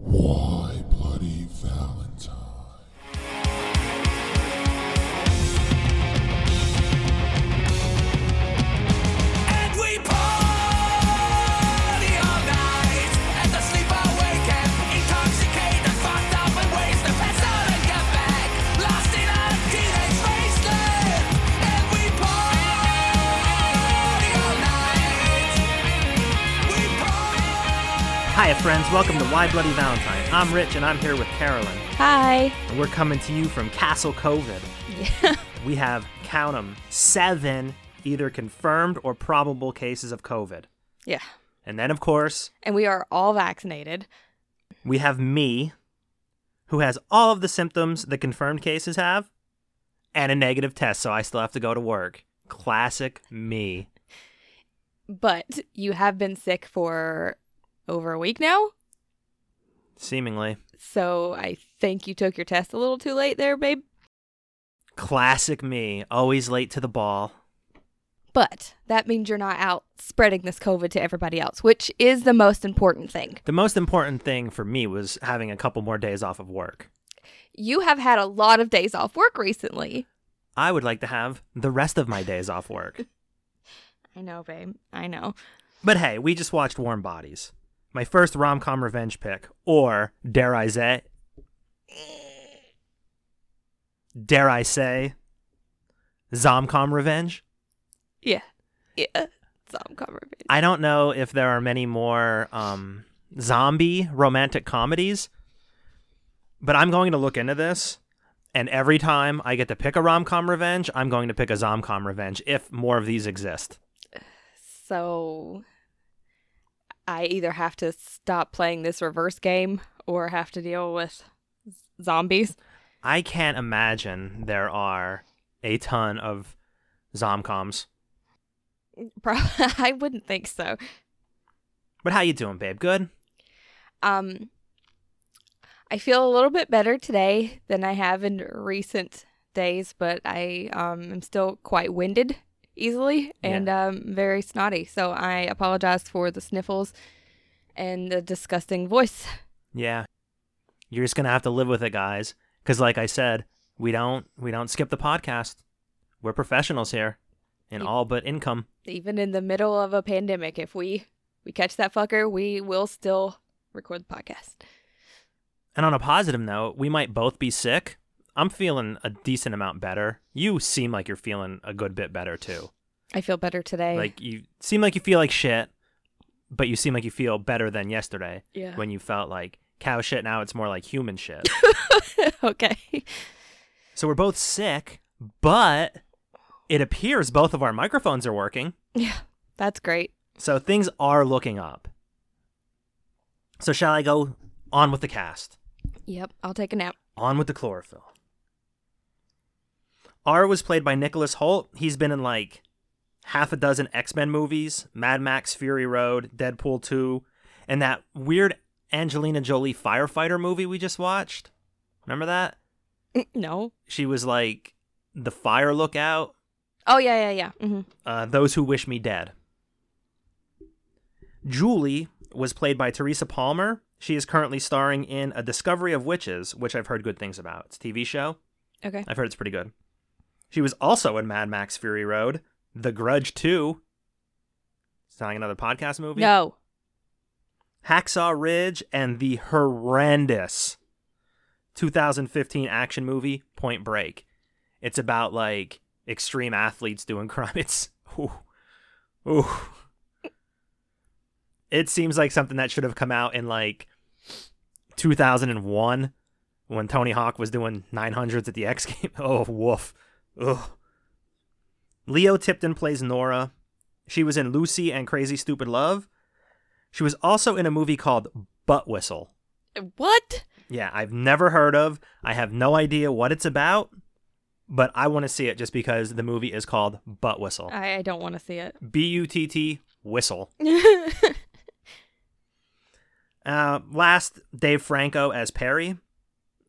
Why Bloody Valentine? And we party all night, and the sleeper wake up, intoxicated, fucked up, and ways to pass out and get back, lost in a teenage wasteland. And we party all night. We party. Hiya, friends. Welcome to Why Bloody Valentine. I'm Rich, and I'm here with Carolyn. Hi. And we're coming to you from Castle COVID. we have, count 'em, seven either confirmed or probable cases of COVID. Yeah. And then, of course, And we are all vaccinated. we have me, who has all of the symptoms the confirmed cases have, and a negative test, so I still have to go to work. Classic me. But you have been sick for over a week now. Seemingly. So I think you took your test a little too late there, babe. Classic me. Always late to the ball. But that means you're not out spreading this COVID to everybody else, which is the most important thing. The most important thing for me was having a couple more days off of work. You have had a lot of days off work recently. I would like to have the rest of my days off work. I know, babe. I know. But hey, we just watched Warm Bodies. My first rom com revenge pick, or dare I say, dare I say, Zomcom revenge? Yeah. Yeah. Some cover it. I don't know if there are many more um, zombie romantic comedies, but I'm going to look into this. And every time I get to pick a rom com revenge, I'm going to pick a Zomcom revenge if more of these exist. So I either have to stop playing this reverse game or have to deal with z- zombies. I can't imagine there are a ton of Zomcoms. Pro- I wouldn't think so. But how you doing, babe? Good? Um I feel a little bit better today than I have in recent days, but I um am still quite winded easily and um very snotty. So I apologize for the sniffles and the disgusting voice. Yeah. You're just going to have to live with it, guys, cuz like I said, we don't we don't skip the podcast. We're professionals here in Yep. all but income. Even in the middle of a pandemic, if we we catch that fucker, we will still record the podcast. And on a positive note, we might both be sick. I'm feeling a decent amount better. You seem like you're feeling a good bit better too. I feel better today. Like you seem like you feel like shit, but you seem like you feel better than yesterday Yeah. when you felt like cow shit. Now it's more like human shit. okay. so we're both sick, but it appears both of our microphones are working. Yeah. That's great. So things are looking up. So shall I go on with the cast? Yep. I'll take a nap. On with the chlorophyll. R was played by Nicholas Holt. He's been in like half a dozen X Men movies, Mad Max Fury Road, Deadpool 2, and that weird Angelina Jolie firefighter movie we just watched. Remember that? Mm, No. She was like the fire lookout, Oh yeah, yeah, yeah. hmm uh, Those Who Wish Me Dead. Julie was played by Teresa Palmer. She is currently starring in A Discovery of Witches, which I've heard good things about. It's a TV show. Okay. I've heard it's pretty good. She was also in Mad Max Fury Road, The Grudge 2. Sounding another podcast movie? No. Hacksaw Ridge and the horrendous 2015 action movie Point Break. It's about like extreme athletes doing crime. It's ooh, ooh. It seems like something that should have come out in like 2001 when Tony Hawk was doing 900s at the X game. Oh, woof. Ugh. Leo Tipton plays Nora. She was in Lucy and Crazy Stupid Love. She was also in a movie called Butt Whistle. What? Yeah, I've never heard of. I have no idea what it's about, but I want to see it just because the movie is called Butt Whistle. I, I don't want to see it. B U T T whistle. Uh, last, Dave Franco as Perry.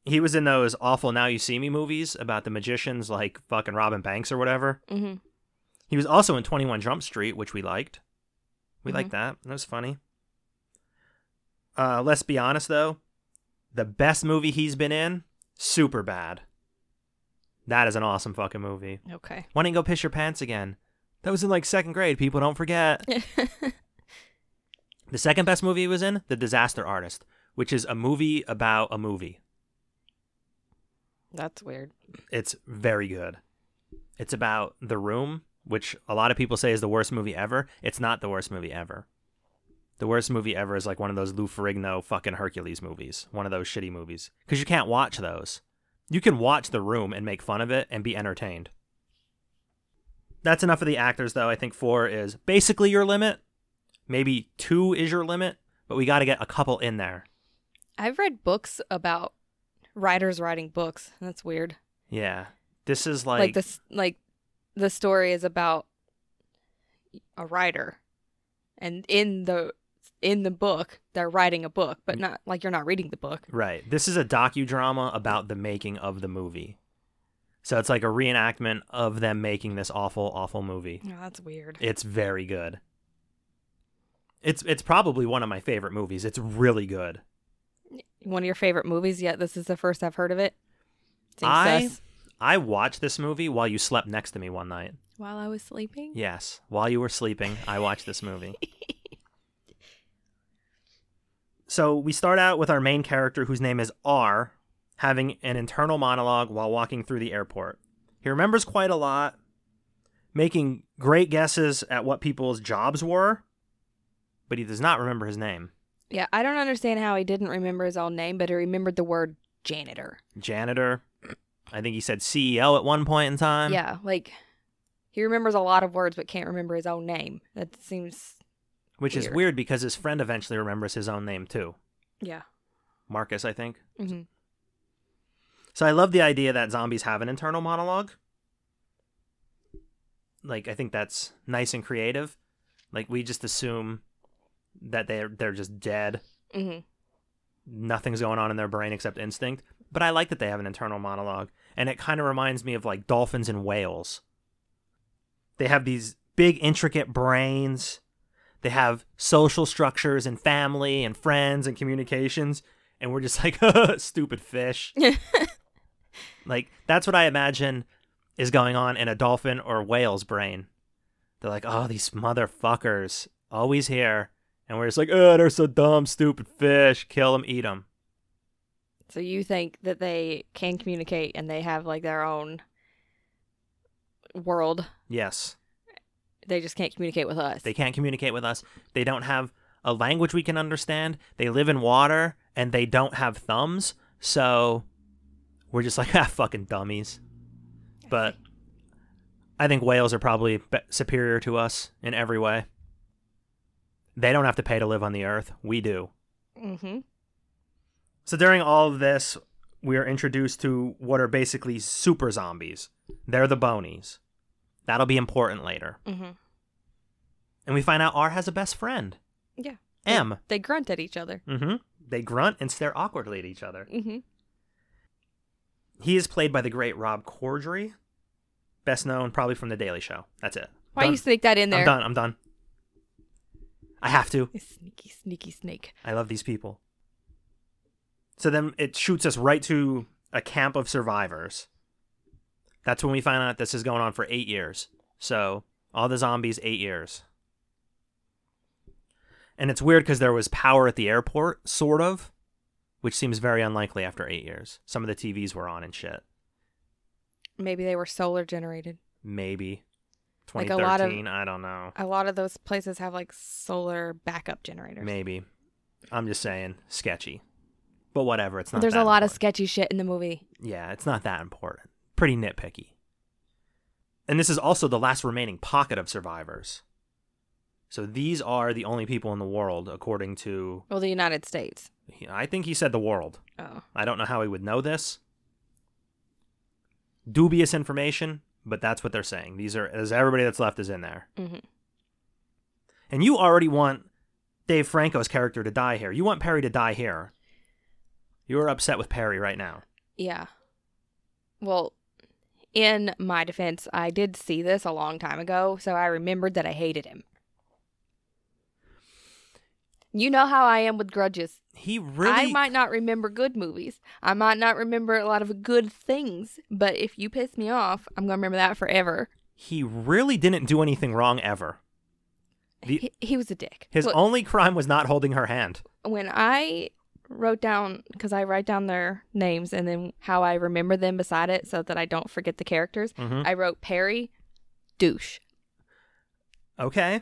He was in those awful Now You See Me movies about the magicians like fucking Robin Banks or whatever. hmm He was also in 21 Jump Street, which we liked. We liked that. That was funny. Uh, let's be honest, though. The best movie he's been in, super bad. That is an awesome fucking movie. Okay. Why didn't you go piss your pants again? That was in like second grade. People don't forget. the second best movie he was in, The Disaster Artist, which is a movie about a movie. That's weird. It's very good. It's about The Room, which a lot of people say is the worst movie ever. It's not the worst movie ever. The worst movie ever is like one of those Lou Ferrigno fucking Hercules movies, one of those shitty movies. Because you can't watch those. You can watch The Room and make fun of it and be entertained. That's enough of the actors, though. I think four is basically your limit. Maybe two is your limit, but we got to get a couple in there. I've read books about writers writing books. That's weird. Yeah. This is Like, like. this like the story is about a writer. And in the in the book, they're writing a book, but not like you're not reading the book. Right. This is a docudrama about the making of the movie. So it's like a reenactment of them making this awful, awful movie. No, Oh, that's weird. It's very good. It's it's probably one of my favorite movies. It's really good. One of your favorite movies yet? This is the first I've heard of it. Seems I sus. I watched this movie while you slept next to me one night. while I was sleeping. Yes, while you were sleeping, I watched this movie. so we start out with our main character, whose name is R, having an internal monologue while walking through the airport. He remembers quite a lot, making great guesses at what people's jobs were, but he does not remember his name. Yeah, I don't understand how he didn't remember his own name, but he remembered the word janitor. Janitor. I think he said CEO at one point in time. yeah, like he remembers a lot of words but can't remember his own name. That seems Which is Weird. weird because his friend eventually remembers his own name too. yeah. Marcus, I think. hmm So I love the idea that zombies have an internal monologue. Like I think that's nice and creative. Like we just assume that they're they're just dead. hmm Nothing's going on in their brain except instinct. But I like that they have an internal monologue, and it kind of reminds me of like dolphins and whales. They have these big intricate brains. They have social structures and family and friends and communications, and we're just like stupid fish. Like that's what I imagine is going on in a dolphin or whale's brain. They're like, oh, these motherfuckers always here, and we're just like, oh, they're so dumb, stupid fish. Kill them, eat them. So you think that they can communicate and they have like their own world? Yes, They just can't communicate with us. they can't communicate with us. They don't have a language we can understand. They live in water, and they don't have thumbs. So we're just like, ah, fucking dummies. But I think whales are probably be- superior to us in every way. They don't have to pay to live on the earth. We do. hmm So during all of this, we are introduced to what are basically super zombies. They're the bonies. That'll be important later. hmm And we find out R has a best friend, Yeah. M. They grunt at each other. Mm-hmm. They grunt and stare awkwardly at each other. hmm He is played by the great Rob Corddry, best known probably from The Daily Show. That's it. Why Done. you sneak that in there? I'm done. I'm done. I have to. You Sneaky, sneaky snake. I love these people. So then it shoots us right to a camp of survivors. That's when we find out this is going on for eight years. So all the zombies, eight years. And it's weird because there was power at the airport, sort of, which seems very unlikely after eight years. Some of the TVs were on and shit. Maybe they were solar generated. Maybe. Like a lot of- 2013, I don't know. A lot of those places have like solar backup generators. Maybe. I'm just saying, sketchy. But whatever, it's not There's that a lot important. of sketchy shit in the movie. Yeah, it's not that important. Pretty nitpicky. And this is also the last remaining pocket of survivors. So these are the only people in the world, according to. Well, the United States. he- I think he said the world. Oh. I don't know how he would know this. Dubious information, but that's what they're Mm-hmm. saying. These are as everybody that's left is in there. Mhm. And you already want Dave Franco's character to die here. You want Perry to die here. You're upset with Perry right now. Yeah. Well, in my defense, I did see this a long time ago, so I remembered that I hated him. You know how I am with grudges. He really I might not remember good movies. I might not remember a lot of good things, but if you piss me off, I'm going to remember that forever. he really didn't do anything wrong ever. The- he, he was a dick. His Look, only crime was not holding her hand. when I wrote down because I write down their names and then how I remember them beside it so that I don't forget the characters. Mhm. I wrote Perry, douche. Okay.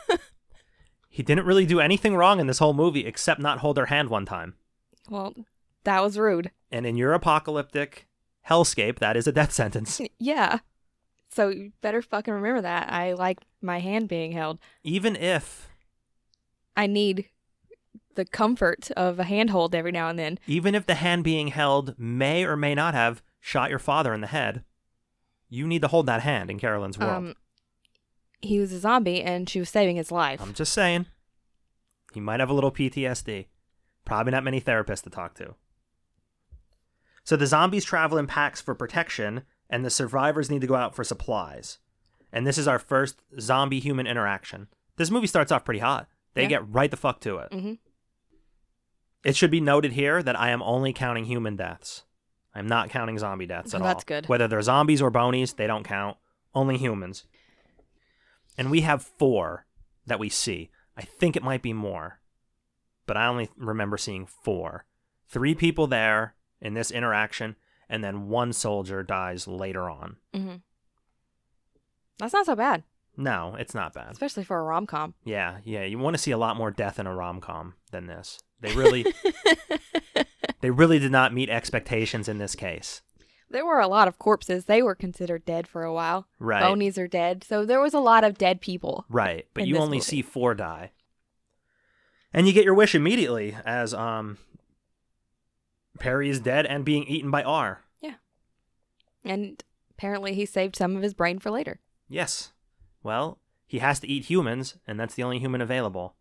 he didn't really do anything wrong in this whole movie except not hold her hand one time. Well, that was rude. And in your apocalyptic hellscape, that is a death sentence. Yeah. So you better fucking remember that. I like my hand being held. Even if, I need the comfort of a handhold every now and then. even if the hand being held may or may not have shot your father in the head, you need to hold that hand in Carolyn's world. Um, he was a zombie and she was saving his life. I'm just saying. He might have a little PTSD. Probably not many therapists to talk to. So the zombies travel in packs for protection, and the survivors need to go out for supplies. And this is our first zombie human interaction. This movie starts off pretty hot. They Yeah. get right the fuck to it. Mhm. It should be noted here that I am only counting human deaths. I'm not counting zombie deaths at Well, all. Oh, that's good. Whether they're zombies or bonies, they don't count. Only humans. And we have four that we see. I think it might be more, but I only remember seeing four. Three people there in this interaction, and then one soldier dies later on. hmm That's not so bad, No, it's not bad. especially for a rom com. Yeah, yeah, you want to see a lot more death in a rom com than this. They really, they really did not meet expectations in this case. There were a lot of corpses. They were considered dead for a while. Right. Bonies are dead. So there was a lot of dead people. Right, but in you this only movie. see four die. And you get your wish immediately as um Perry is dead and being eaten by R. And apparently he saved some of his brain for later. Yes. Well, he has to eat humans, and that's the only human available.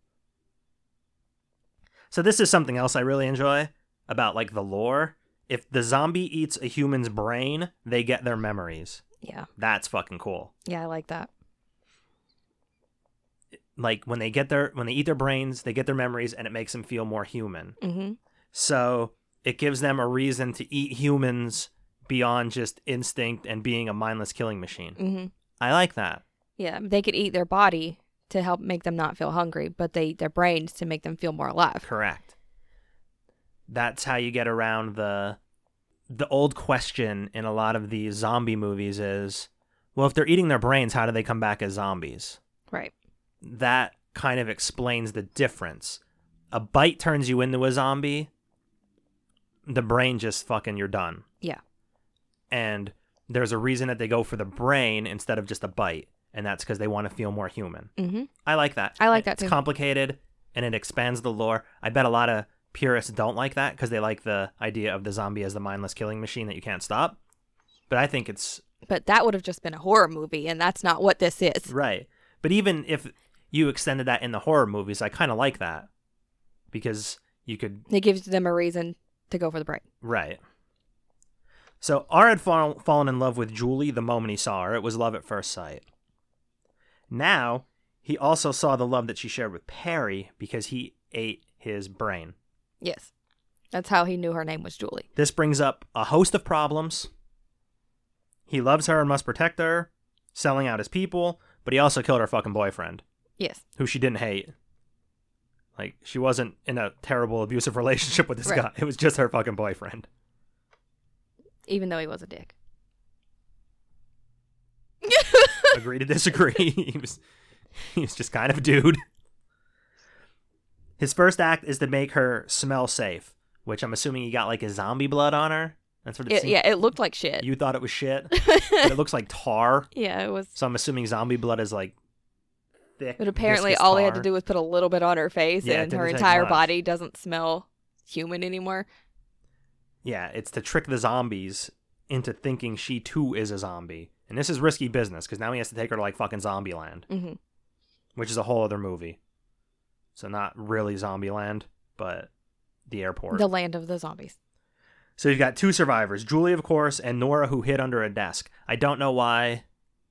So this is something else I really enjoy about like the lore. If the zombie eats a human's brain, they get their memories. Yeah. That's fucking cool. Yeah, I like that. Like when they get their when they eat their brains, they get their memories and it makes them feel more human. Mm-hmm. So it gives them a reason to eat humans beyond just instinct and being a mindless killing machine. Mm-hmm. I like that. Yeah, they could eat their body to help make them not feel hungry, but they eat their brains to make them feel more alive. Correct. That's how you get around the the old question in a lot of these zombie movies is, well, if they're eating their brains, how do they come back as zombies? Right. That kind of explains the difference. A bite turns you into a zombie. The brain just fucking you're done. Yeah. and there's a reason that they go for the brain instead of just a bite and that's because they want to feel more human Mm-hmm. i like that I like that it's too. complicated and it expands the lore i bet a lot of purists don't like that because they like the idea of the zombie as the mindless killing machine that you can't stop but i think it's But that would have just been a horror movie, and that's not what this is. right but even if you extended that in the horror movies i kind of like that because you could It gives them a reason to go for the brain. Right. So R had fall- fallen in love with Julie the moment he saw her. It was love at first sight. Now he also saw the love that she shared with Perry because he ate his brain. Yes. That's how he knew her name was Julie. This brings up a host of problems. He loves her and must protect her, selling out his people, but he also killed her fucking boyfriend, Yes. who she didn't hate. Like she wasn't in a terrible abusive relationship with this Right. guy. It was just her fucking boyfriend. Even though he was a dick. agree to disagree. he was he was just kind of a dude. His first act is to make her smell safe, which I'm assuming he got like a zombie blood on her. That's what it, It, seemed. yeah, it looked like shit. You thought it was shit, but it looks like tar. yeah, it was. So I'm assuming zombie blood is like thick. But apparently, viscous all he had tar. to do was put a little bit on her face, Yeah, it and her didn't take entire much. body doesn't smell human anymore. Yeah, it's to trick the zombies into thinking she too is a zombie, and this is risky business because now he has to take her to like fucking zombie land. Mm-hmm. which is a whole other movie. so not really Zombieland, but the airport. The land of the zombies. So you've got two survivors, Julie, of course, and Nora, who hid under a desk. I don't know why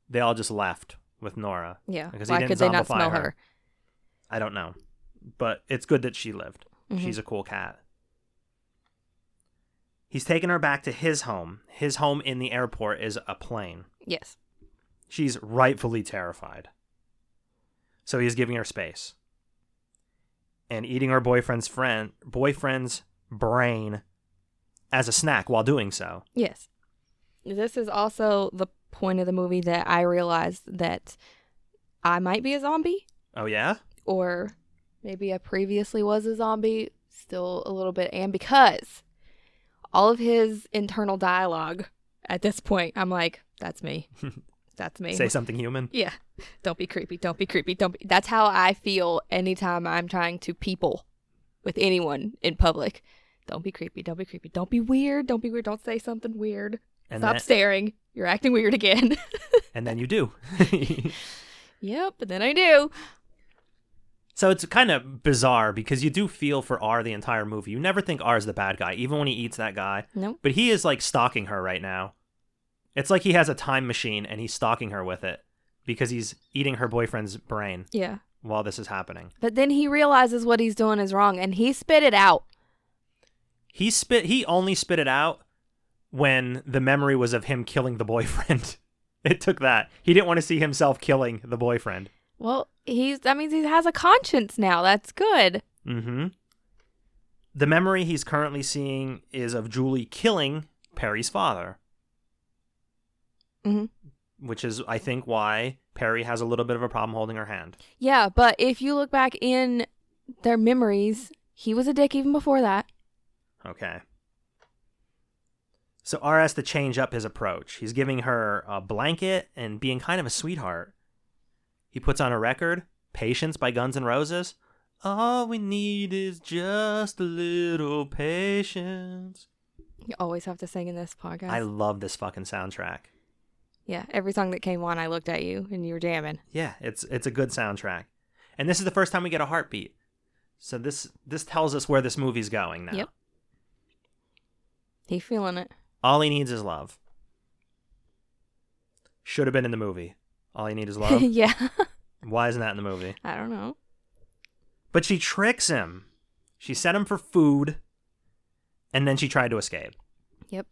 they all just left with Nora. Yeah. Because he Why didn't could they not zombify smell her. her? I don't know, but it's good that she lived. Mhm. She's a cool cat. He's taken her back to his home. His home in the airport is a plane. Yes. She's rightfully terrified. So he's giving her space. And eating her boyfriend's friend boyfriend's brain as a snack while doing so. Yes. This is also the point of the movie that I realized that I might be a zombie Oh yeah? or maybe I previously was a zombie, still a little bit and because all of his internal dialogue at this point, I'm like, that's me. That's me. Say something human. yeah. Don't be creepy. Don't be creepy. Don't be. That's how I feel anytime I'm trying to people with anyone in public. Don't be creepy. Don't be creepy. Don't be weird. Don't be weird. Don't say something weird. And Stop then, staring. You're acting weird again. and then you do. yep, and then I do. so it's kind of bizarre because you do feel for R the entire movie. You never think R is the bad guy, even when he eats that guy. No. But he is like stalking her right now. It's like he has a time machine and he's stalking her with it because he's eating her boyfriend's brain Yeah. while this is happening. But then he realizes what he's doing is wrong and he spit it out. He spit he only spit it out when the memory was of him killing the boyfriend. it took that. He didn't want to see himself killing the boyfriend. Well, he's that means he has a conscience now. That's good. Mhm. The memory he's currently seeing is of Julie killing Perry's father. Mhm. Which is I think why Perry has a little bit of a problem holding her hand. Yeah, but if you look back in their memories, he was a dick even before that. Okay. So R has to change up his approach. He's giving her a blanket and being kind of a sweetheart. He puts on a record, Patience by Guns N' Roses. All we need is just a little patience. You always have to sing in this podcast. I love this fucking soundtrack. yeah, every song that came on, I looked at you and you were jamming. Yeah, it's it's a good soundtrack. And this is the first time we get a heartbeat. So this this tells us where this movie's going now. Yep. He feeling it. All he needs is love. Should have been in the movie. All you need is love. yeah. Why isn't that in the movie? I don't know. But she tricks him. She set him for food, and then she tried to escape. Yep.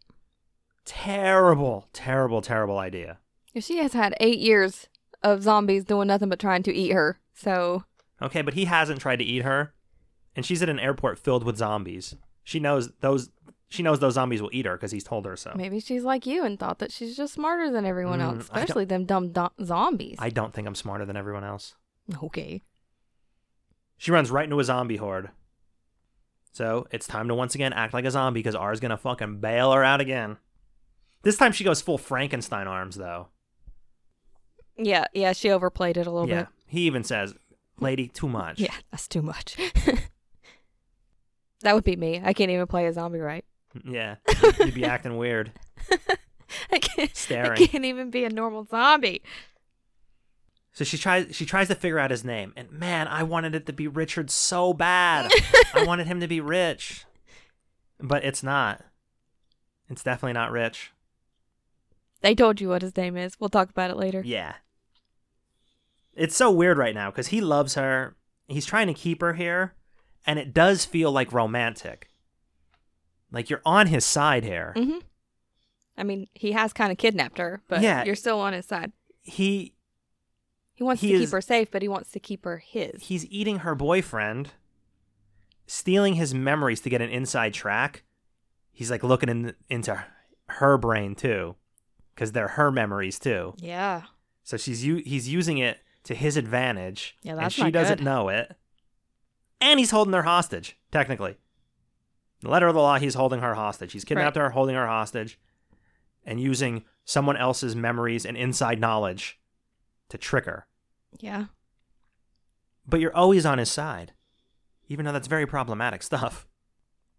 Terrible, terrible, terrible idea. She has had eight years of zombies doing nothing but trying to eat her. So Okay, but he hasn't tried to eat her, and she's at an airport filled with zombies. She knows those. She knows those zombies will eat her because he's told her so. Maybe she's like you and thought that she's just smarter than everyone Mm, else, I don't- especially them dumb do- zombies. I don't think I'm smarter than everyone else. Okay. She runs right into a zombie horde. So it's time to once again act like a zombie because R's gonna fucking bail her out again. This time she goes full Frankenstein arms though. Yeah, yeah, she overplayed it a little yeah. bit. He even says, "Lady, too much." Yeah, that's too much. that would be me. I can't even play a zombie right. Yeah. You'd- You'd be acting weird. I can't, I Staring. can't even be a normal zombie. So she tries she tries to figure out his name. And man, I wanted it to be Richard so bad. I wanted him to be rich. But it's not. It's definitely not rich. They told you what his name is. We'll talk about it later. Yeah. It's so weird right now because he loves her. He's trying to keep her here, and it does feel like romantic. Like you're on his side here. hmm I mean, he has kind of kidnapped her, but Yeah. you're still on his side. He He wants He to is- keep her safe, but he wants to keep her his. he's eating her boyfriend, stealing his memories to get an inside track. He's like looking in, into her brain too, because they're her memories too. Yeah. So she's u- he's using it to his advantage, Yeah, and that's she not doesn't good. know it. And he's holding her hostage, technically. The letter of the law, he's holding her hostage. He's kidnapped her, holding her hostage, and using someone else's memories and inside knowledge to trick her. Yeah. But you're always on his side, even though that's very problematic stuff.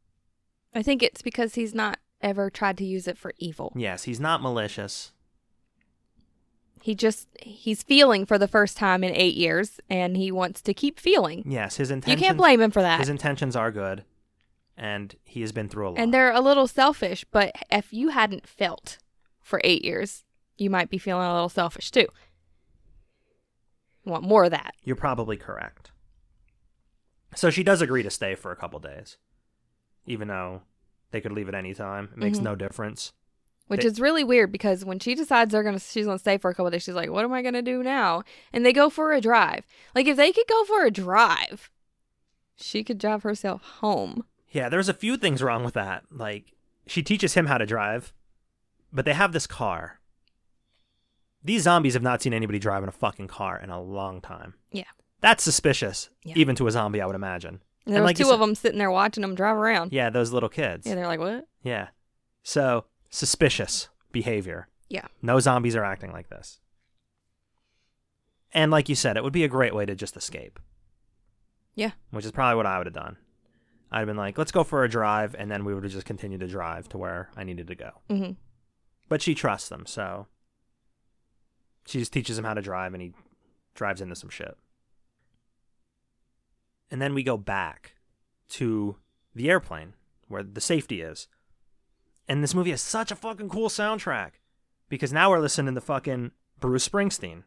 I think it's because he's not ever tried to use it for evil. Yes, he's not malicious. He just he's feeling for the first time in 8 years and he wants to keep feeling. Yes, his You intentions. can't blame him for that. His intentions are good, and he has been through a lot. And they're a little selfish, but if you hadn't felt for 8 years, you might be feeling a little selfish too. You want more of that. You're probably correct. So she does agree to stay for a couple days, even though they could leave at any time. It Mm-hmm. makes no difference. Which They- is really weird because when she decides they're gonna she's gonna stay for a couple days, she's like, "What am I gonna do now?" And they go for a drive. Like if they could go for a drive, she could drive herself home. Yeah, there's a few things wrong with that. Like, she teaches him how to drive, but they have this car. These zombies have not seen anybody driving a fucking car in a long time. Yeah. That's suspicious, Yeah. even to a zombie, I would imagine. And And there was like you two of said- them sitting there watching them drive around. Yeah, those little kids. Yeah, they're like, "What?" yeah. So, suspicious behavior. Yeah. No zombies are acting like this. And like you said, it would be a great way to just escape, Yeah. which is probably what I would have done. I'd have been like, let's go for a drive, and then we would have just continued to drive to where I needed to go. hmm But she trusts them, so she just teaches him how to drive, and he drives into some shit. And then we go back to the airplane where the safety is. And this movie has such a fucking cool soundtrack because now we're listening to fucking Bruce Springsteen.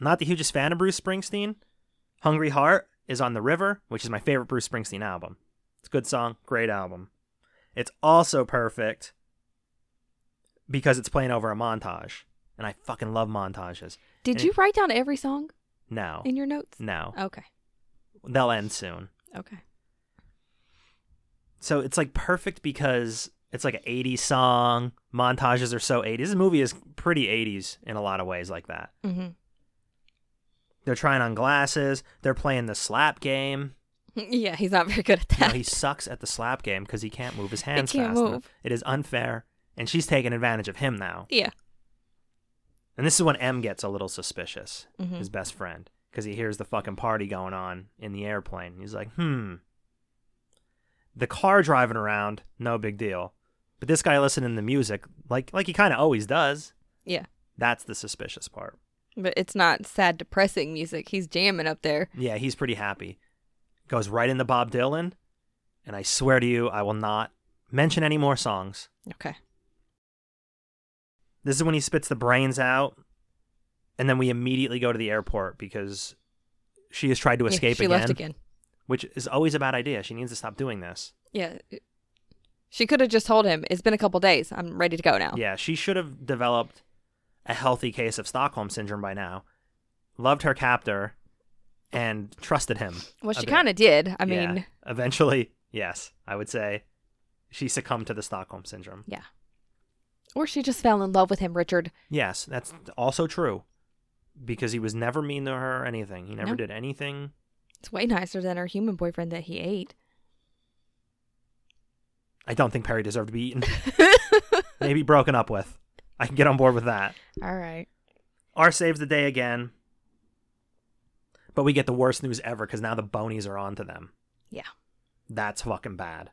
Not the hugest fan of Bruce Springsteen. Hungry Heart is on the River, which is my favorite Bruce Springsteen album. It's a good song, great album. It's also perfect because it's playing over a montage. And I fucking love montages. Did And you it- write down every song No. in your notes? No. Okay. They'll end soon. Okay. So it's like perfect because it's like an 80s song. Montages are so 80s. This movie is pretty 80s in a lot of ways, like that. Mm-hmm. They're trying on glasses. They're playing the slap game. Yeah, he's not very good at You know, that. he sucks at the slap game because he can't move his hands can't fast enough. move. It is unfair. And she's taking advantage of him now. yeah. And this is when M gets a little suspicious, Mhm. his best friend, because he hears the fucking party going on in the airplane. He's like, hmm. The car driving around, no big deal. But this guy listening to music, like like he kind of always does, Yeah. that's the suspicious part. But it's not sad, depressing music. He's jamming up there. Yeah, he's pretty happy. Goes right into Bob Dylan, and I swear to you, I will not mention any more songs. Okay. This is when he spits the brains out, and then we immediately go to the airport because she has tried to Yeah, escape she again. left again. which is always a bad idea. She needs to stop doing this. Yeah. She could have just told him, it's been a couple days. I'm ready to go now. Yeah, she should have developed a healthy case of Stockholm syndrome by now. Loved her captor and trusted him. Well, she kind of did. I mean, eventually, yes, I would say she succumbed to the Stockholm syndrome. yeah. Or she just fell in love with him, Richard. Yes, that's also true because he was never mean to her or anything. He never No. did anything. It's way nicer than her human boyfriend that he ate. I don't think Perry deserved to be eaten. Maybe broken up with. I can get on board with that. All right. R saves the day again. But we get the worst news ever because now the bonies are on to them. Yeah. That's fucking bad.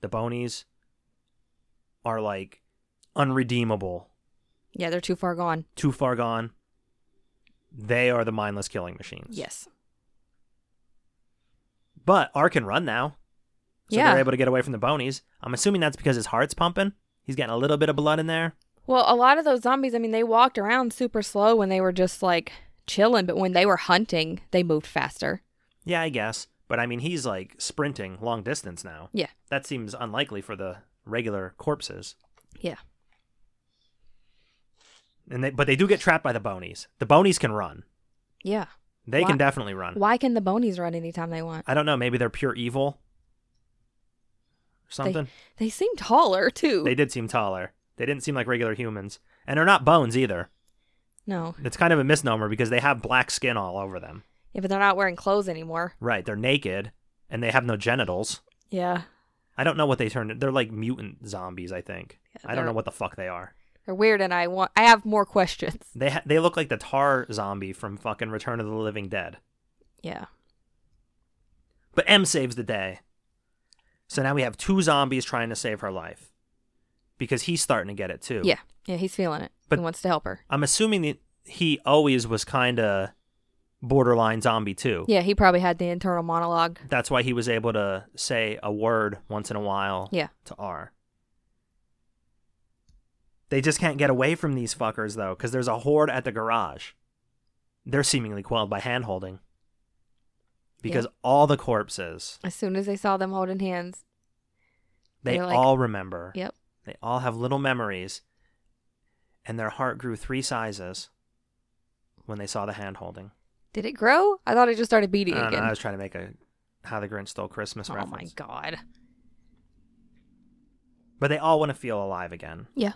The bonies are like unredeemable, Yeah, they're too far gone. too far gone. They are the mindless killing machines. Yes. But R can run now. So Yeah. they're able to get away from the bonies. I'm assuming that's because his heart's pumping. He's getting a little bit of blood in there. Well, a lot of those zombies, I mean, they walked around super slow when they were just like chilling, but when they were hunting, they moved faster. Yeah, I guess. But I mean, he's like sprinting long distance now. Yeah. That seems unlikely for the regular corpses. Yeah. and they but they do get trapped by the bonies. The bonies can run. Yeah. They Why- can definitely run. Why can the bonies run anytime they want? I don't know. Maybe they're pure evil. Something. They seem taller, too. They, did seem taller. They didn't seem like regular humans, and they're not bones either. no. It's kind of a misnomer because they have black skin all over them. Yeah, but they're not wearing clothes anymore. Right. They're naked and they have no genitals. Yeah. I don't know what they turned. They're like mutant zombies. I think. Yeah, I don't know they're- what the fuck they are. They're weird, and I want. I have more questions. They ha- they look like the tar zombie from fucking Return of the Living Dead. Yeah. But M saves the day. So now we have two zombies trying to save her life because he's starting to get it too. Yeah. Yeah, he's feeling it. But- he wants to help her. I'm assuming that he always was kind of borderline zombie too. Yeah, he probably had the internal monologue. That's why he was able to say a word once in a while Yeah. to R. They just can't get away from these fuckers though, because there's a horde at the garage. They're seemingly quelled by hand holding. Because all the corpses, As soon as they saw them holding hands, they They're like- all remember. yep, They all have little memories, and their heart grew three sizes when they saw the hand holding. Did it grow? I thought it just started I beating don't know, again. I was trying to make a How the Grinch Stole Christmas oh reference. my god. But they all want to feel alive again, Yeah.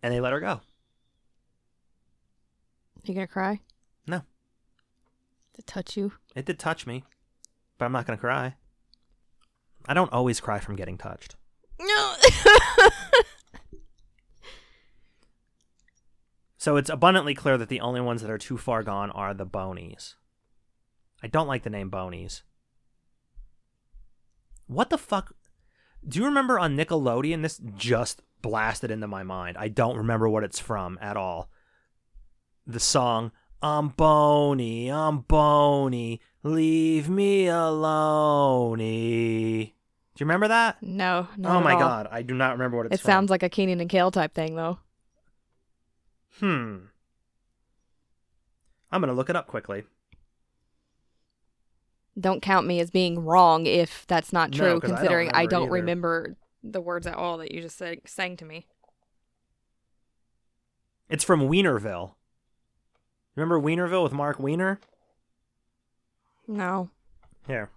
and they let her go. You gonna cry? No, To touch you? it did touch me, but I'm not going to cry. I don't always cry from getting touched. No. So it's abundantly clear that the only ones that are too far gone are the Bonies. I don't like the name Bonies. What the fuck? Do you remember on Nickelodeon? This just blasted into my mind. I don't remember what it's from at all. The song, I'm Boney, I'm Boney, leave me alone. Do you remember that? no. not oh at my all. god, I do not remember what It it's from. sounds like a Keenan and Kale type thing though. Hmm. I'm going to look it up quickly. Don't count me as being wrong if that's not No, true, 'cause I don't considering I don't, remember remember the words at all that you just said, sang to me. It's from Wienerville. Remember Wienerville with Mark Wiener? No. Here.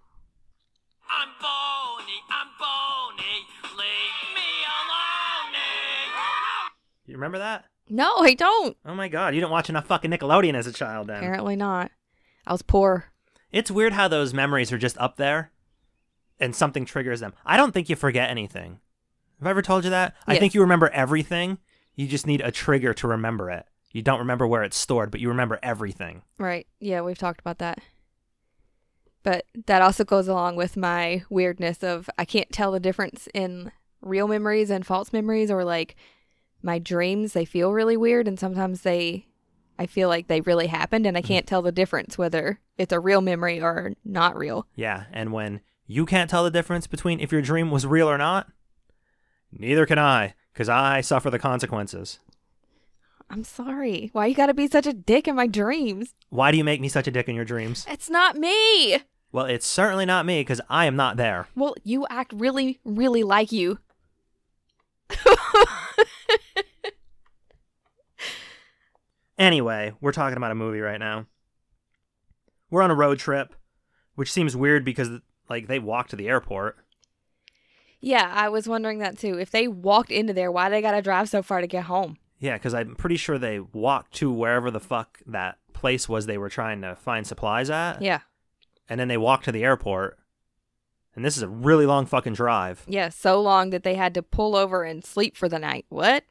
I'm bony, I'm bony, leave me alone. eh? You remember that? No, I don't. Oh my god, you didn't watch enough fucking Nickelodeon as a child then. Apparently not. I was poor. It's weird how those memories are just up there and something triggers them. I don't think you forget anything. Have I ever told you that? I Yes. think you remember everything. You just need a trigger to remember it. You don't remember where it's stored, but you remember everything. Right. Yeah, we've talked about that. But that also goes along with my weirdness of I can't tell the difference in real memories and false memories or like my dreams they feel really weird and sometimes they I feel like they really happened and I can't tell the difference whether it's a real memory or not real. Yeah, and when you can't tell the difference between if your dream was real or not, neither can I, because I suffer the consequences. I'm sorry. Why you got to be such a dick in my dreams? Why do you make me such a dick in your dreams? It's not me. Well, it's certainly not me because I am not there. Well, you act really really like you. Anyway, we're talking about a movie right now. We're on a road trip, which seems weird because like they walk to the airport. Yeah, I was wondering that too. If they walked into there, why they gotta drive so far to get home? Yeah, because I'm pretty sure they walked to wherever the fuck that place was they were trying to find supplies at, Yeah. and then they walked to the airport. And this is a really long fucking drive. Yeah, so long that they had to pull over and sleep for the night. What?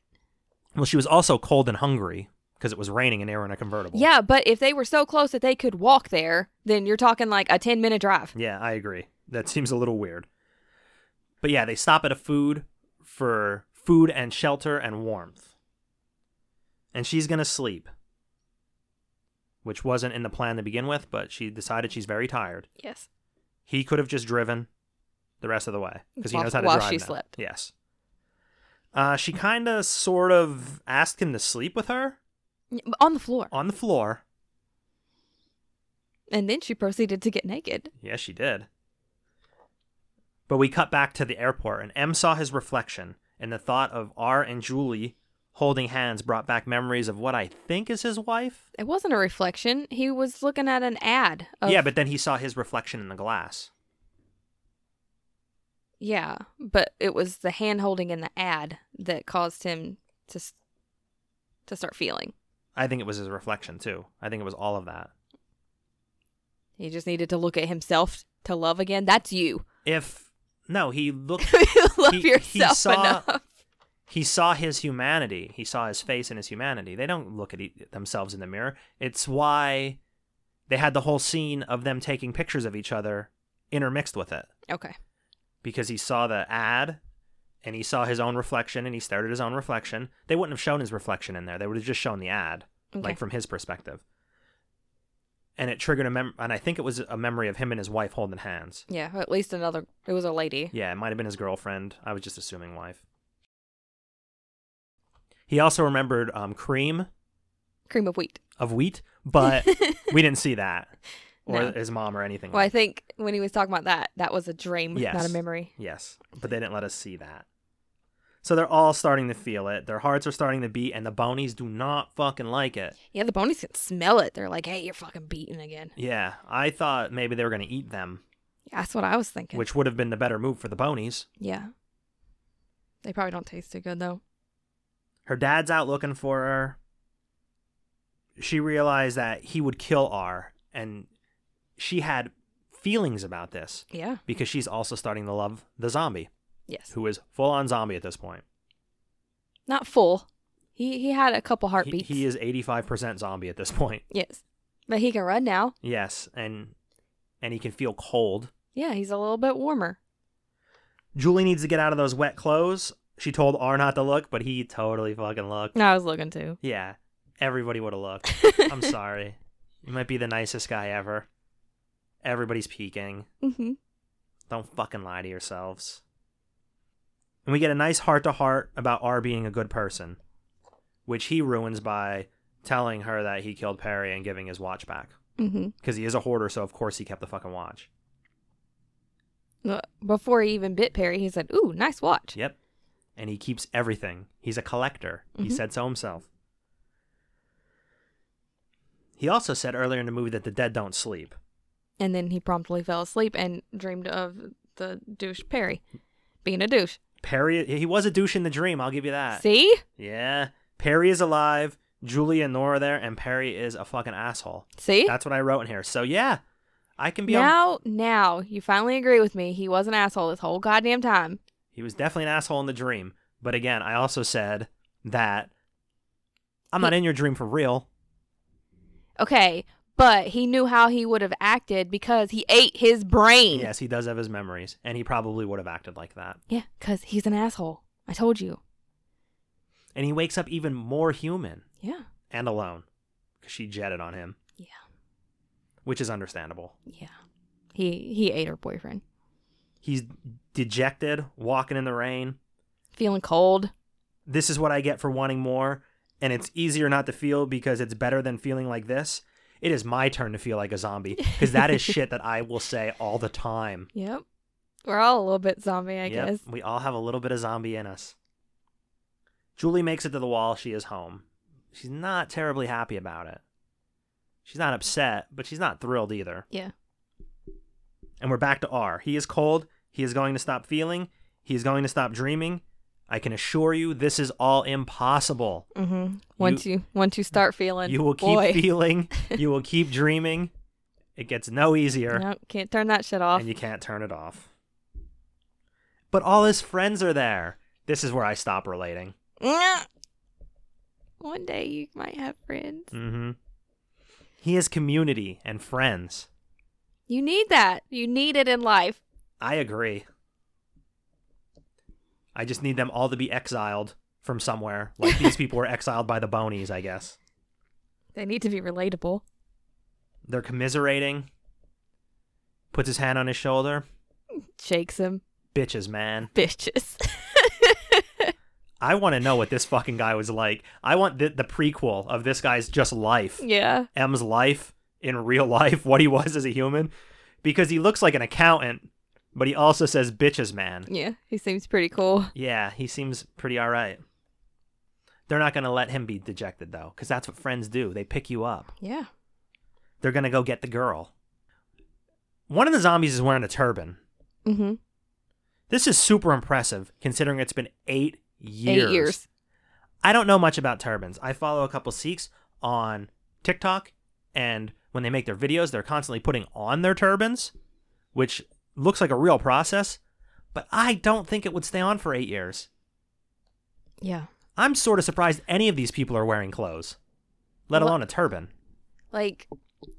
Well, she was also cold and hungry because it was raining and they were in a convertible. Yeah, but if they were so close that they could walk there, then you're talking like a 10 minute drive. Yeah, I agree. That seems a little weird. But yeah, they stop at a food for food and shelter and warmth. And she's going to sleep, which wasn't in the plan to begin with, but she decided she's very tired. Yes. He could have just driven the rest of the way because he While- knows how to while drive. she now. slept. Yes. Uh, she kind of sort of asked him to sleep with her On the floor. on the floor. And then she proceeded to get naked. Yes, she did. But we cut back to the airport, and M saw his reflection, and the thought of R and Julie holding hands brought back memories of what I think is his wife. It wasn't a reflection. He was looking at an ad. Of, Yeah, but then he saw his reflection in the glass. Yeah, but it was the hand holding in the ad that caused him to s- to start feeling. I think it was his reflection, too. I think it was all of that. He just needed to look at himself to love again. That's you. If. No, he looked. love He- he yourself saw- enough. he saw his humanity. He saw his face and his humanity. They don't look at e- themselves in the mirror. It's why they had the whole scene of them taking pictures of each other intermixed with it. Okay. because he saw the ad and he saw his own reflection and he stared at his own reflection. They wouldn't have shown his reflection in there. They would have just shown the ad, Okay. like from his perspective. And it triggered a mem, and I think it was a memory of him and his wife holding hands. Yeah, or at least another. It was a lady. Yeah, it might have been his girlfriend. I was just assuming wife. He also remembered um, cream Cream of wheat. of wheat, but we didn't see that or No. his mom or anything. Well, I like think when he was talking about that, that was a dream, not a Yes. memory. Yes, but they didn't let us see that. So they're all starting to feel it. Their hearts are starting to beat, and the bonies do not fucking like it. Yeah, the bonies can smell it. They're like, "Hey, you're fucking beaten again." Yeah, I thought maybe they were going to eat them, That's what I was thinking. which would have been the better move for the bonies. Yeah. They probably don't taste too good though. Her dad's out looking for her. She realized that he would kill R, and she had feelings about this Yeah. because she's also starting to love the zombie, Yes. who is full on zombie at this point. Not full. He he had a couple He- heartbeats. He, is 85% zombie at this point. Yes. But he can run now. Yes, and and he can feel cold. Yeah, he's a little bit warmer. Julie needs to get out of those wet clothes. She told R not to look, but he totally fucking looked. I was looking too. Yeah, everybody would have looked. I'm sorry. You might be the nicest guy ever. Everybody's peeking. hmm Don't fucking lie to yourselves. And we get a nice heart to heart about R being a good person, which he ruins by telling her that he killed Perry and giving his watch back. hmm Because he is a hoarder, so of course he kept the fucking watch. Before he even bit Perry, he said, "Ooh, nice watch." Yep. And he keeps everything. He's a collector. He Mhm. said so himself. He also said earlier in the movie that the dead don't sleep. And then he promptly fell asleep and dreamed of the douche Perry being a douche. Perry, he was a douche in the dream, I'll give you that. See? Yeah. Perry is alive. Julie and Nora are there, and Perry is a fucking asshole. See? That's what I wrote in here. So yeah, I can be. on- Eh? Now, now you finally agree with me. He was an asshole this whole goddamn time. he was definitely an asshole in the dream, but again, I also said that I'm not in your dream for real. Okay, but he knew how he would have acted because he ate his brain. Yes, he does have his memories, and he probably would have acted like that. Yeah, because he's an asshole. I told you. and he wakes up even more human Yeah. and alone because she jetted on him, Yeah. which is understandable. Yeah. He he ate her boyfriend. He's dejected, walking in the rain. Feeling cold. This is what I get for wanting more, and it's easier not to feel because it's better than feeling like this. It is my turn to feel like a zombie because that is shit that I will say all the time. Yep. We're all a little bit zombie, I Yep, guess. we all have a little bit of zombie in us. Julie makes it to the wall. She is home. She's not terribly happy about it. She's not upset, but she's not thrilled either. Yeah. And we're back to R. He is cold. He is going to stop feeling. He is going to stop dreaming. I can assure you, this is all impossible. Mm-hmm. Once you, once you start feeling, You will keep boy, feeling. You will keep dreaming. It gets no easier, No, can't turn that shit off. and you can't turn it off. But all his friends are there. This is where I stop relating. One day you might have friends. Mm-hmm. He has community and friends. You need that. You need it in life. I agree. I just need them all to be exiled from somewhere, like these people were exiled by the Bonies, I guess. They need to be relatable. They're commiserating. Puts his hand on his shoulder. Shakes them, Bitches, man. bitches. I want to know what this fucking guy was like. I want the, the prequel of this guy's just life. yeah. M's life in real life, what he was as a human, because he looks like an accountant, but he also says bitches, man. Yeah. He seems pretty cool. Yeah, he seems pretty all right. They're not going to let him be dejected, though, because that's what friends do. They pick you up, Yeah. they're going to go get the girl. One of the zombies is wearing a turban. Mm-hmm. This is super impressive considering it's been eight years. Eight years. I don't know much about turbans. I follow a couple Sikhs on TikTok, and when they make their videos, they're constantly putting on their turbans, which looks like a real process, but I don't think it would stay on for eight years. Yeah. I'm sort of surprised any of these people are wearing clothes, let Well- alone a turban. Like,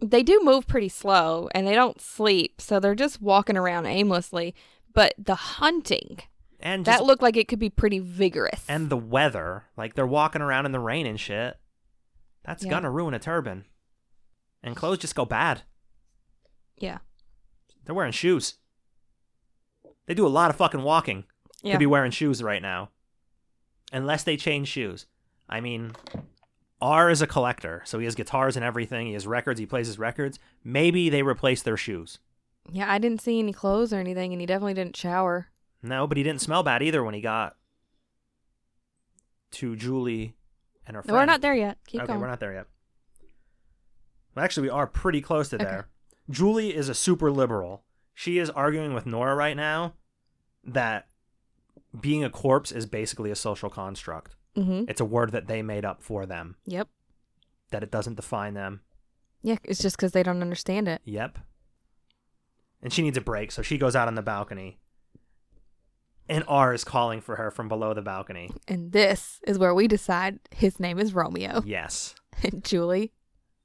they do move pretty slow and they don't sleep, so they're just walking around aimlessly. But the hunting and just That looked like it could be pretty vigorous. and the weather. Like they're walking around in the rain and shit. That's Yeah. gonna ruin a turban. And clothes just go bad. yeah. They're wearing shoes. They do a lot of fucking walking. Yeah. Could be wearing shoes right now. Unless they change shoes. I mean, R is a collector, so he has guitars and everything. He has records. He plays his records. Maybe they replace their shoes. yeah, I didn't see any clothes or anything, and he definitely didn't shower. No, but he didn't smell bad either when he got to Julie and her No, friend. we're not there yet. Keep okay, going. we're not there yet. Well, actually, we are pretty close to Okay. there. Julie is a super liberal. She is arguing with Nora right now that being a corpse is basically a social construct. Mm-hmm. It's a word that they made up for them, Yep. that it doesn't define them. Yeah, it's just because they don't understand it. Yep. And she needs a break, so she goes out on the balcony. And R is calling for her from below the balcony. And this is where we decide his name is Romeo. Yes. and Julie,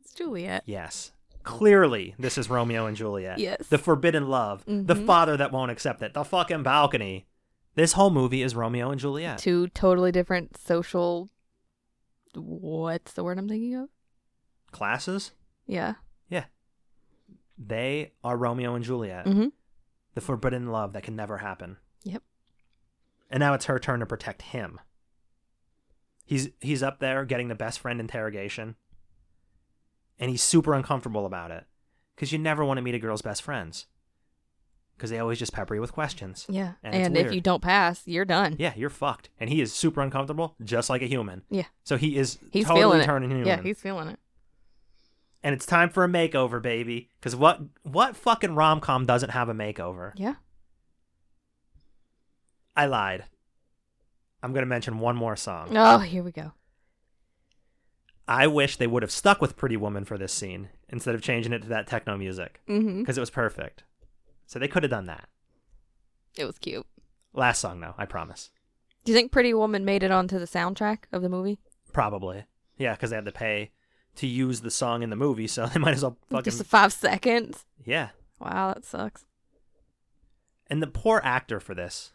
it's Juliet. Yes. Clearly, this is Romeo and Juliet. Yes. The forbidden love. The Mhm. father that won't accept it. The fucking balcony. This whole movie is Romeo and Juliet. Two totally different social. What's the word I'm thinking of? Classes? Yeah. Yeah. They are Romeo and Juliet. Mm-hmm. The forbidden love that can never happen. Yep. And now it's her turn to protect him. He's he's up there getting the best friend interrogation. And he's super uncomfortable about it. Because you never want to meet a girl's best friends. Because they always just pepper you with questions. Yeah. And it's And, if weird. you don't pass, you're done. Yeah, you're fucked. And he is super uncomfortable, just like a human. Yeah. So he is He's feeling totally it. turning human. Yeah, he's feeling it. and it's time for a makeover, baby. Because what what fucking rom com doesn't have a makeover? Yeah. I lied. I'm gonna mention one more song. Oh, here we go. I wish they would have stuck with Pretty Woman for this scene instead of changing it to that techno music Mm-hmm. because it was perfect. So they could have done that. It was cute. Last song though, I promise. Do you think Pretty Woman made it onto the soundtrack of the movie? Probably. Yeah, because they had to pay to use the song in the movie, so they might as well fucking Just five seconds. yeah. Wow, that sucks. And the poor actor for this.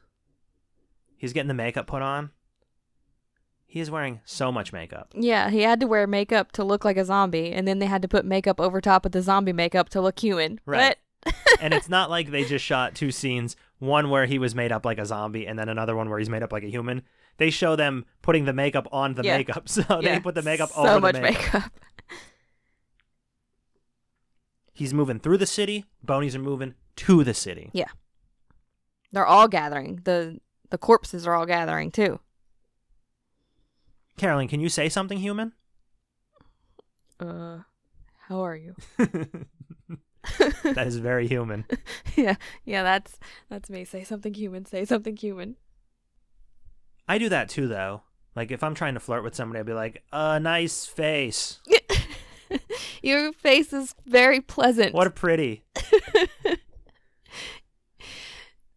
He's getting the makeup put on. He is wearing so much makeup. Yeah, he had to wear makeup to look like a zombie, and then they had to put makeup over top of the zombie makeup to look human. Right. Right. and it's not like they just shot two scenes, one where he was made up like a zombie and then another one where he's made up like a human. They show them putting the makeup on the Yeah. makeup. So Oh, they Yeah, put the makeup so over much the makeup. makeup. He's moving through the city. Bonies are moving to the city. Yeah. They're all gathering. The the corpses are all gathering too. Carolyn, can you say something human? Uh how are you? That is very human. yeah. Yeah, that's that's me. Say something human. Say something human. I do that too, though. Like if I'm trying to flirt with somebody, I'll be like, "A nice face. Your face is very pleasant. What a pretty."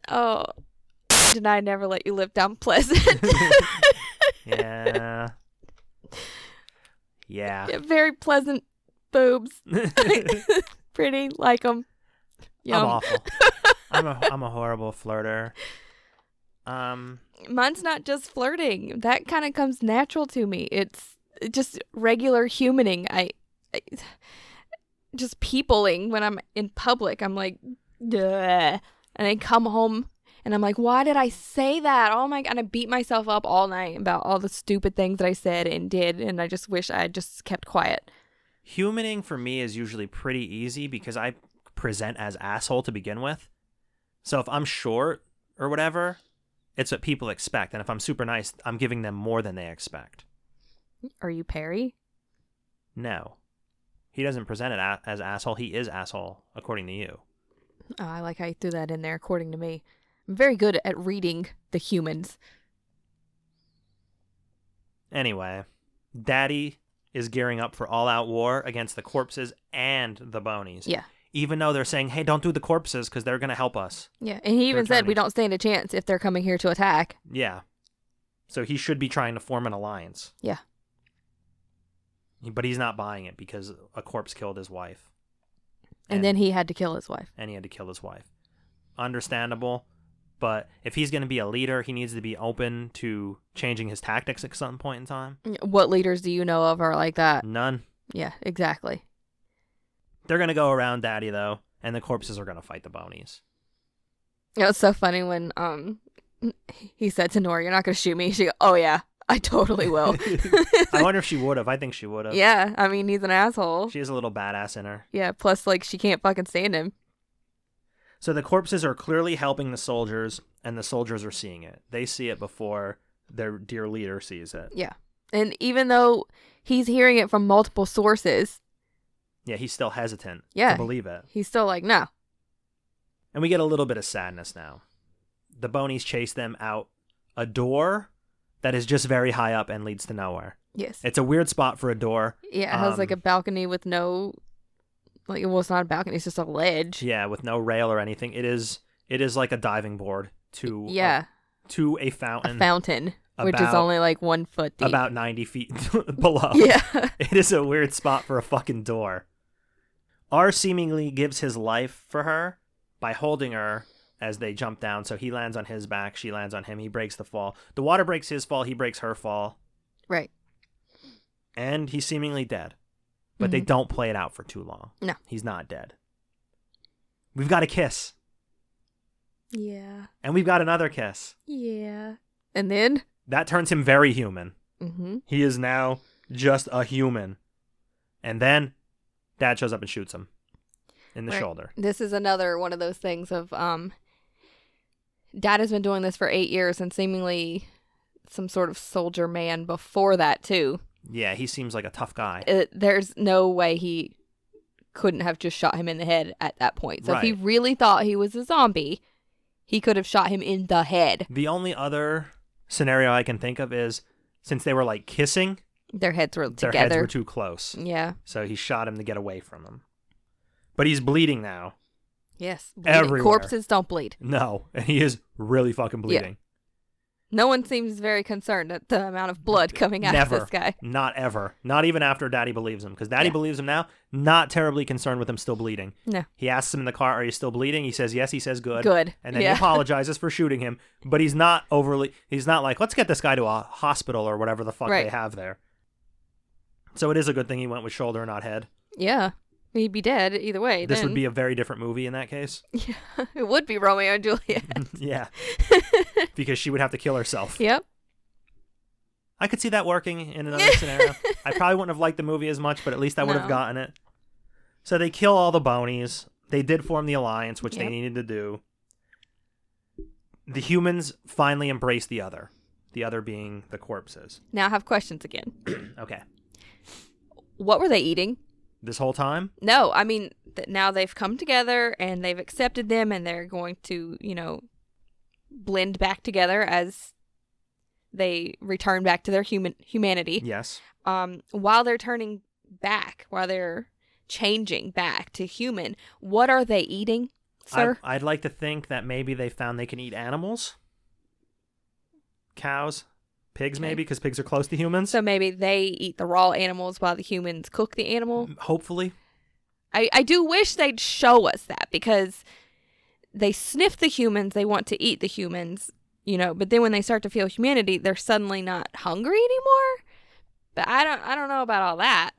Oh. Did I never let you live down pleasant? Yeah. Yeah. very pleasant boobs. Pretty like them. Um, I'm awful. I'm a I'm a horrible flirter. Um mine's not just flirting. That kind of comes natural to me. It's just regular humaning. I, I just peopling when I'm in public. I'm like, "Duh." and then come home and I'm like, why did I say that? Oh my god! And I beat myself up all night about all the stupid things that I said and did, and I just wish I had just kept quiet. humaning for me is usually pretty easy because I present as asshole to begin with. So if I'm short or whatever, it's what people expect. And if I'm super nice, I'm giving them more than they expect. Are you Perry? No. He doesn't present it a- as asshole. He is asshole according to you. Oh, I like how you threw that in there. According to me, I'm very good at reading the humans. Anyway, Daddy is gearing up for all out war against the corpses and the bonies. Yeah. Even though they're saying, hey, don't do the corpses because they're going to help us. Yeah, and he even They're said we trying to- don't stand a chance if they're coming here to attack. Yeah. So he should be trying to form an alliance. Yeah. But he's not buying it because a corpse killed his wife And, And- then he had to kill his wife. and he had to kill his wife. Understandable. But if he's going to be a leader, he needs to be open to changing his tactics at some point in time. What leaders do you know of are like that? None. Yeah, exactly. They're going to go around Daddy, though, and the corpses are going to fight the bounties. It was so funny when um he said to Nora, "You're not gonna shoot me." She, go, "Oh yeah, I totally will." I wonder if she would have. I think she would have. yeah, I mean he's an asshole. She is a little badass in her. yeah, plus like she can't fucking stand him. So the corpses are clearly helping the soldiers, and the soldiers are seeing it. They see it before their dear leader sees it. Yeah, and even though he's hearing it from multiple sources, Yeah, he's still hesitant Yeah. to believe it. he's still like, "No." And we get a little bit of sadness now. The bonies chase them out a door that is just very high up and leads to nowhere. Yes. It's a weird spot for a door. yeah, it has like a um, balcony with no, like, well, it's not a balcony; it's just a ledge. Yeah, with no rail or anything. It is it is like a diving board to a- Yeah, to a a fountain fountain, which is about- only like one foot deep. about 90 feet below. yeah, It is a weird spot for a fucking door. R seemingly gives his life for her by holding her as they jump down. So he lands on his back, she lands on him. He breaks the fall. The water breaks his fall, he breaks her fall, right. and he's seemingly dead. But they don't play it out for too long. Mm-hmm. No. He's not dead. We've got a kiss, Yeah, and we've got another kiss. yeah. And then, That turns him very human. mm-hmm. He is now just a human. And then dad shows up and shoots him in the Right. shoulder. This is another one of those things of um dad has been doing this for 8 years and seemingly some sort of soldier man before that too. Yeah, he seems like a tough guy. It, uh, there's no way he couldn't have just shot him in the head at that point. So if he Right. really thought he was a zombie, he could have shot him in the head. The only other scenario I can think of is since they were like kissing, Their heads were their heads were together. Mm. too close. yeah. So he shot him to get away from him. But he's bleeding now. Yes. Everywhere. Corpses don't bleed. No, and he is really fucking bleeding. No one seems very concerned at the amount of blood coming out Never. of this guy. Not ever. Not even after daddy believes him because daddy Yeah. believes him now, not terribly concerned with him still bleeding. No. He asks him in the car, "Are you still bleeding?" He says, "Yes." He says, "Good." Good. And then Yeah. he apologizes for shooting him, but he's not overly. He's not like, "Let's get this guy to a hospital or whatever the fuck Right. they have there." So it is a good thing he went with shoulder and not head. Yeah. He'd be dead either way. This then. would be a very different movie in that case. it would be Romeo and Juliet. yeah, because she would have to kill herself. yep. I could see that working in another scenario. I probably wouldn't have liked the movie as much, but at least I would No. have gotten it. So they kill all the bonies. They did form the alliance, which they Yep. needed to do. The humans finally embrace the other, the other being the corpses. Now I have questions again. Okay. What were they eating? This whole time, No, I mean th- now they've come together and they've accepted them and they're going to, you know, blend back together as they return back to their human humanity. yes. Um while they're turning back, while they're changing back to human, what are they eating, sir? I, I'd like to think that maybe they found they can eat animals, cows, pigs, Okay. maybe because pigs are close to humans. so maybe they eat the raw animals while the humans cook the animal. Hopefully, I, I do wish they'd show us that because they sniff the humans, they want to eat the humans, you know, but then when they start to feel humanity, they're suddenly not hungry anymore. But I don't I don't know about all that.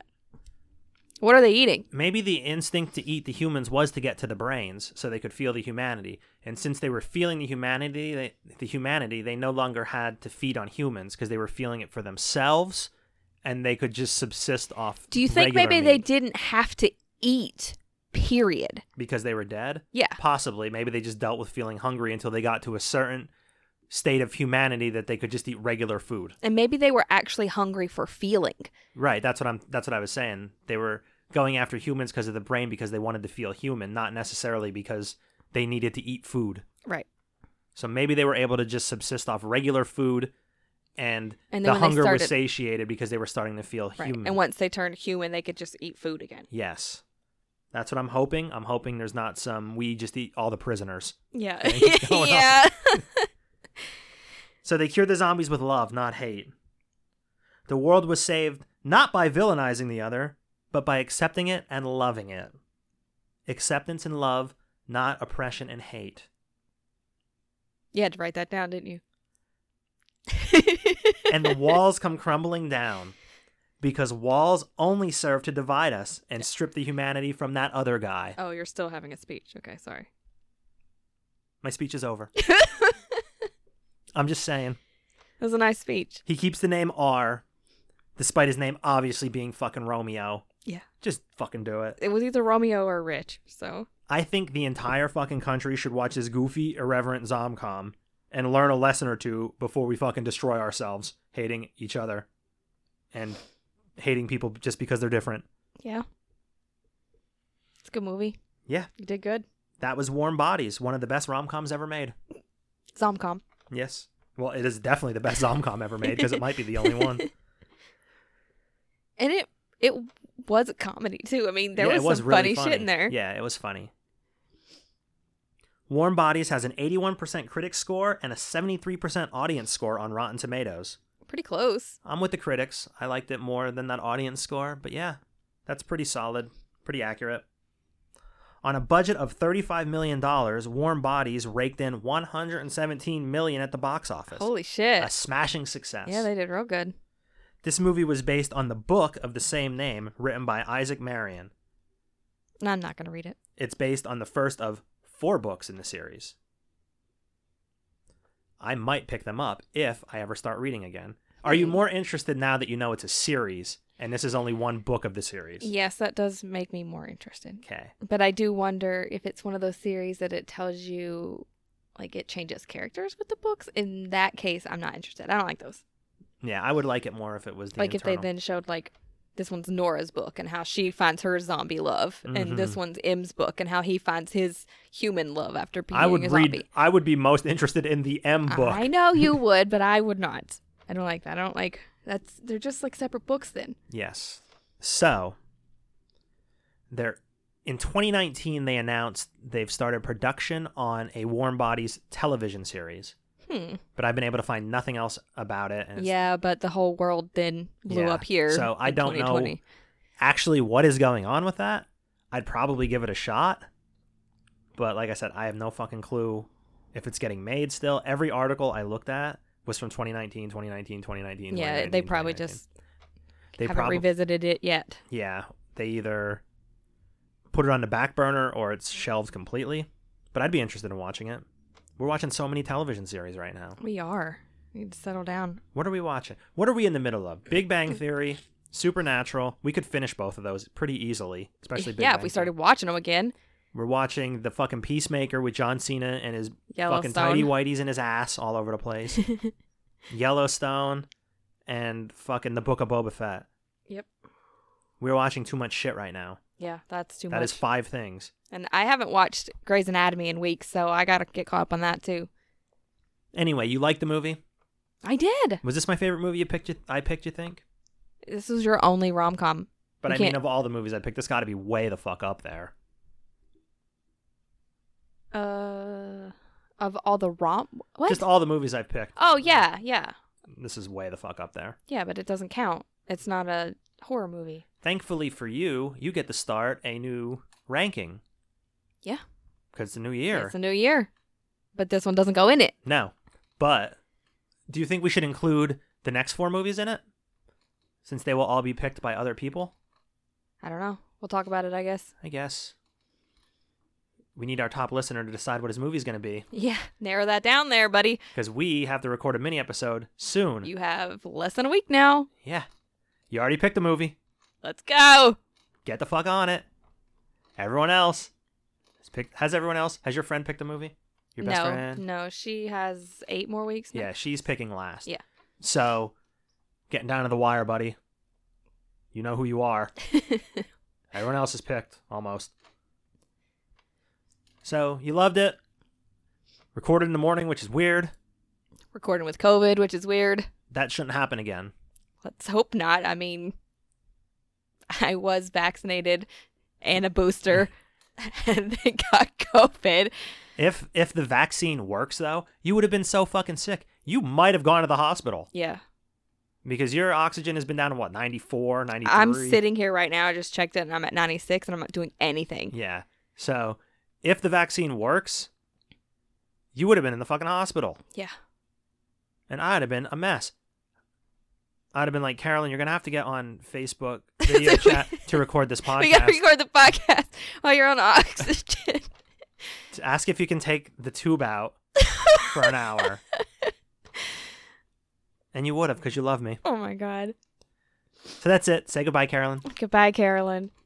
What are they eating? maybe the instinct to eat the humans was to get to the brains so they could feel the humanity and since they were feeling the humanity they, the humanity they no longer had to feed on humans because they were feeling it for themselves and they could just subsist off Do you think regular maybe they meat didn't have to eat? Period. because they were dead Yeah. possibly maybe they just dealt with feeling hungry until they got to a certain state of humanity that they could just eat regular food And maybe they were actually hungry for feeling. right that's what i'm that's what i was saying they were going after humans because of the brain because they wanted to feel human not necessarily because they needed to eat food Right. So maybe they were able to just subsist off regular food, and, And then the when they hunger started- was satiated because they were starting to feel Right. human. And once they turned human, they could just eat food again. yes, that's what I'm hoping. I'm hoping there's not some we just eat all the prisoners. Yeah. Thing going on. yeah. So they cured the zombies with love, not hate. The world was saved not by villainizing the other, but by accepting it and loving it. Acceptance and love, not oppression and hate. You had to write that down, didn't you? and the walls come crumbling down because walls only serve to divide us and strip the humanity from that other guy. Oh, you're still having a speech. Okay, sorry. My speech is over. I'm just saying. It was a nice speech. He keeps the name R, despite his name obviously being fucking Romeo. Yeah. Just fucking do it. It was either Romeo or Rich, so I think the entire fucking country should watch this goofy, irreverent Zomcom and learn a lesson or two before we fucking destroy ourselves hating each other and hating people just because they're different. yeah. It's a good movie. Yeah, You did good. that was Warm Bodies, one of the best rom coms ever made. Zomcom. Yes. Well, it is definitely the best Zomcom ever made because it might be the only one. And it it was a comedy too. I mean, there Yeah, was, it was some really funny, shit in there. Yeah, it was funny. Warm Bodies has an 81% critic score and a 73% audience score on Rotten Tomatoes. Pretty close. I'm with the critics. I liked it more than that audience score, but yeah, that's pretty solid, pretty accurate. On a budget of $35 million, Warm Bodies raked in $117 million at the box office. Holy shit. a smashing success. Yeah, they did real good. This movie was based on the book of the same name written by Isaac Marion. No, I'm not gonna read it. It's based on the first of four books in the series. I might pick them up if I ever start reading again. Are you more interested now that you know it's a series and this is only one book of the series? Yes, that does make me more interested. Okay. But I do wonder if it's one of those series that it tells you like it changes characters with the books. In that case, I'm not interested. I don't like those. Yeah, I would like it more if it was the like if internal. they then showed like this one's Nora's book and how she finds her zombie love, and Mm-hmm. this one's M's book and how he finds his human love after being I would a read. zombie. I would be most interested in the M book. I know you would, but I would not. I don't like that. I don't like that's they're just like separate books then. Yes. So, there in 2019 they announced they've started production on a Warm Bodies television series. Hmm. But I've been able to find nothing else about it. And it's Yeah, but the whole world then blew Yeah. up here. So I in don't know 2020. Actually, what is going on with that? I'd probably give it a shot. But like I said, I have no fucking clue if it's getting made still. Every article I looked at was from 2019, 2019, 2019. Yeah, they 2019, probably 2019. just they haven't revisited it yet. yeah, they either put it on the back burner or it's shelved completely. But I'd be interested in watching it. We're watching so many television series right now. We are. We need to settle down. What are we watching? What are we in the middle of? Big Bang Theory, Supernatural. We could finish both of those pretty easily, especially Big yeah, Bang if we Theory. started watching them again. We're watching the fucking Peacemaker with John Cena and his fucking Yellowstone. tidy whiteys in his ass all over the place. Yellowstone and fucking the Book of Boba Fett. Yep. We're watching too much shit right now. Yeah, that's too That much. is five things. And I haven't watched Grey's Anatomy in weeks, so I gotta get caught up on that too. Anyway, you like the movie? I did. Was this my favorite movie you picked? You, I picked. You think? This was your only rom com. But You I mean, can't- of all the movies I picked, this got to be way the fuck up there. Uh, of all the rom, what? Just all the movies I've picked, oh yeah, yeah, this is way the fuck up there. yeah. But it doesn't count. It's not a horror movie. Thankfully for you, you get to start a new ranking Yeah, because it's a new year. it's a new year, but this one doesn't go in it. No, but do you think we should include the next four movies in it, since they will all be picked by other people? I don't know. We'll talk about it, I guess. I guess we need our top listener to decide what his movie's going to be Yeah, narrow that down there, buddy. because we have to record a mini episode soon. You have less than a week now. Yeah, you already picked the movie. Let's go. get the fuck on it. Everyone else has, picked, has everyone else has your friend picked a movie? Your best no, friend? no, she has eight more weeks. now. Yeah, she's picking last. Yeah. So, getting down to the wire, buddy. You know who you are. everyone else is picked almost. So you loved it. Recorded in the morning, which is weird. recording with COVID, which is weird. That shouldn't happen again. Let's hope not. I mean, I was vaccinated and a booster, and then got COVID. If if the vaccine works though, you would have been so fucking sick. You might have gone to the hospital. Yeah. Because your oxygen has been down to what, 94, 93? I'm sitting here right now. I just checked it and I'm at 96 and I'm not doing anything. Yeah. So if the vaccine works, You would have been in the fucking hospital, Yeah. and I'd have been a mess. I'd have been like, Carolyn, you're gonna have to get on Facebook video So we- chat to record this podcast. We gotta record the podcast while you're on oxygen. To Ask if you can take the tube out for an hour. And you would have, because you love me. oh my god. So that's it. Say goodbye, Carolyn. Goodbye, Carolyn.